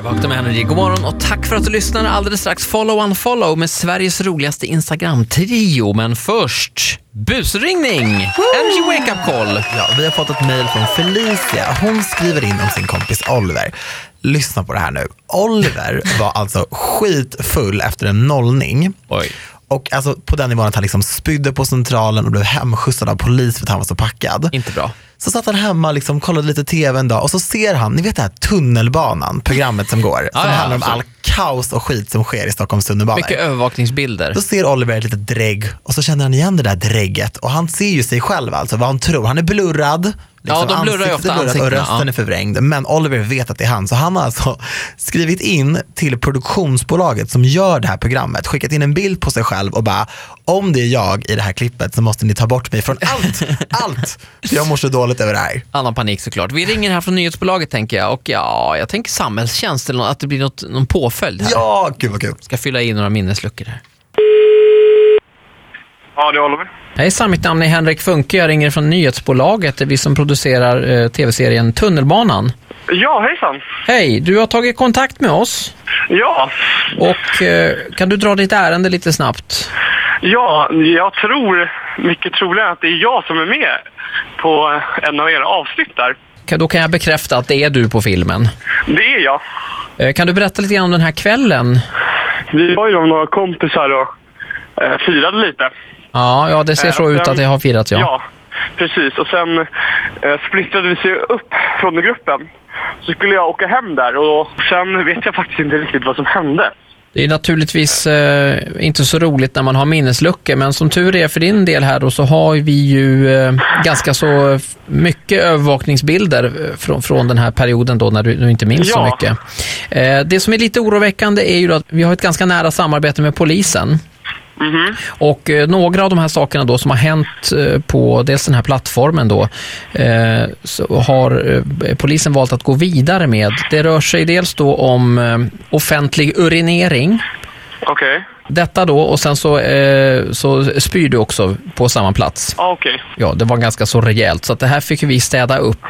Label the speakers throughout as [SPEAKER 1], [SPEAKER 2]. [SPEAKER 1] Vakten med Energy. God morgon och tack för att du lyssnar. Alldeles strax Follow Unfollow med Sveriges roligaste Instagram-trio. Men först, busringning! Energy Wake Up Call.
[SPEAKER 2] Ja, vi har fått ett mejl från Felicia. Hon skriver in om sin kompis Oliver. Lyssna på det här nu. Oliver var alltså skitfull efter en nollning.
[SPEAKER 1] Oj.
[SPEAKER 2] Och alltså på den nivån att han liksom spydde på centralen och blev hemskjutsad av polis för att han var så packad.
[SPEAKER 1] Inte bra.
[SPEAKER 2] Så satt han hemma och liksom, kollade lite tv en dag och så ser han, ni vet det här tunnelbanan, programmet som går, som
[SPEAKER 1] ja,
[SPEAKER 2] handlar om all
[SPEAKER 1] absolut.
[SPEAKER 2] kaos och skit som sker i Stockholms tunnelbanor.
[SPEAKER 1] Mycket övervakningsbilder.
[SPEAKER 2] Då ser Oliver ett litet drägg och så känner han igen det där drägget och han ser ju sig själv alltså, vad han tror. Han är blurrad. Liksom
[SPEAKER 1] Ja, de blurrar ju
[SPEAKER 2] ansiktet
[SPEAKER 1] ofta
[SPEAKER 2] är blurrat och
[SPEAKER 1] ansiktena,
[SPEAKER 2] rösten
[SPEAKER 1] ja.
[SPEAKER 2] är förvrängd. Men Oliver vet att det är han, så han har alltså skrivit in till produktionsbolaget som gör det här programmet, skickat in en bild på sig själv och bara, om det är jag i det här klippet så måste ni ta bort mig från allt, allt. För jag mår så dåligt över det här.
[SPEAKER 1] Annan panik såklart. Vi ringer här från nyhetsbolaget tänker jag. Och ja, jag tänker samhällstjänst eller nå- att det blir något, någon påföljd här.
[SPEAKER 2] Ja, gud vad kul.
[SPEAKER 1] Ska fylla i några minnesluckor här.
[SPEAKER 3] Ja, det är Oliver.
[SPEAKER 1] Hejsan, mitt namn är Henrik Funke. Jag ringer från nyhetsbolaget. Det är vi som producerar eh, tv-serien Tunnelbanan.
[SPEAKER 3] Ja, hejsan.
[SPEAKER 1] Hej, du har tagit kontakt med oss.
[SPEAKER 3] Ja,
[SPEAKER 1] Och eh, kan du dra ditt ärende lite snabbt?
[SPEAKER 3] ja, jag tror mycket troligare att det är jag som är med på en av era avsnitt där.
[SPEAKER 1] Kan- Då kan jag bekräfta att det är du på filmen.
[SPEAKER 3] Det är jag.
[SPEAKER 1] Eh, Kan du berätta lite grann om den här kvällen?
[SPEAKER 3] Vi var ju de några kompisar och eh, firade lite.
[SPEAKER 1] Ja, ja det ser så
[SPEAKER 3] Eh,
[SPEAKER 1] ut att det har firats, ja.
[SPEAKER 3] Ja, precis. Och sen eh, splittrade vi sig upp från gruppen. Så skulle jag åka hem där och sen vet jag faktiskt inte riktigt vad som hände.
[SPEAKER 1] Det är naturligtvis eh, inte så roligt när man har minnesluckor, men som tur är för din del här då, så har vi ju eh, ganska så eh, mycket övervakningsbilder eh, från, från den här perioden då när du, du inte minns så
[SPEAKER 3] Ja.
[SPEAKER 1] mycket. Eh, det som är lite oroväckande är ju då att vi har ett ganska nära samarbete med polisen.
[SPEAKER 3] Mhm.
[SPEAKER 1] Och eh, några av de här sakerna då som har hänt eh, på dels den här plattformen då, eh, så har eh, polisen valt att gå vidare med. Det rör sig dels då om eh, offentlig urinering,
[SPEAKER 3] Okej.
[SPEAKER 1] detta då och sen så, eh, så spyr du också på samma plats.
[SPEAKER 3] Ja, okej.
[SPEAKER 1] Ja, det var ganska så rejält, så att det här fick vi städa upp.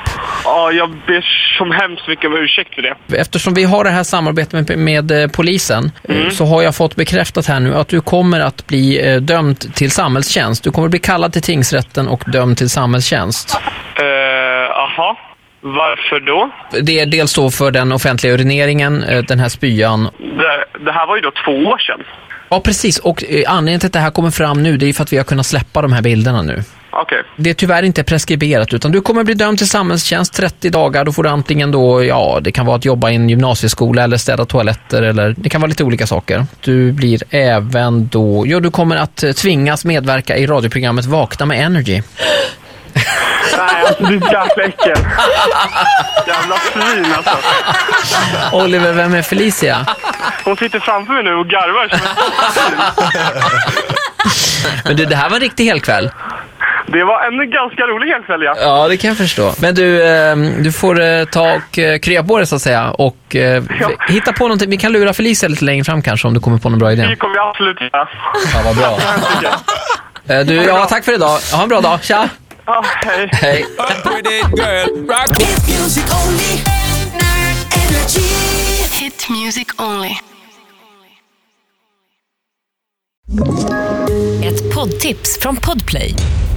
[SPEAKER 3] Ja, jag ber som hemskt mycket om ursäkt för det.
[SPEAKER 1] Eftersom vi har det här samarbetet med, med eh, polisen eh, så har jag fått bekräftat här nu att du kommer att bli eh, dömd till samhällstjänst. Du kommer bli kallad till tingsrätten och dömd till samhällstjänst.
[SPEAKER 3] Eh, Aha. Varför då?
[SPEAKER 1] Det är dels då för den offentliga urineringen, eh, den här spyan.
[SPEAKER 3] Det, det här var ju då två år sedan.
[SPEAKER 1] Ja, precis. Och eh, anledningen till att det här kommer fram nu, det är ju för att vi har kunnat släppa de här bilderna nu.
[SPEAKER 3] Okej.
[SPEAKER 1] Det är tyvärr inte preskriberat, utan du kommer bli dömd till samhällstjänst 30 dagar. Då får du antingen då, ja, det kan vara att jobba i en gymnasieskola eller städa toaletter eller det kan vara lite olika saker. Du blir även då, ja, du kommer att eh, tvingas medverka i radioprogrammet Vakna med Energy.
[SPEAKER 3] Nej, alltså du är jäkla äckel. Jävla svin alltså.
[SPEAKER 1] Oliver, vem är Felicia?
[SPEAKER 3] Hon sitter framför mig nu och garvar som en-
[SPEAKER 1] Men du, det här var en riktig helkväll.
[SPEAKER 3] Det var en ganska rolig helkväll ja.
[SPEAKER 1] Ja, det kan jag förstå. Men du, eh, du får eh, ta och eh, krya på det så att säga och eh,
[SPEAKER 3] Ja.
[SPEAKER 1] hitta på någonting. Vi kan lura Felicia lite längre fram kanske om du kommer på någon bra
[SPEAKER 3] Det
[SPEAKER 1] idé.
[SPEAKER 3] kommer jag absolut göra.
[SPEAKER 1] Ja, vad bra. Eh, Du, ja, tack för idag. Ha en bra dag. Tja!
[SPEAKER 3] Ja, hej.
[SPEAKER 1] Hej.
[SPEAKER 4] Hit music only. Energy.
[SPEAKER 5] Hit music only.
[SPEAKER 6] Ett poddtips från Podplay.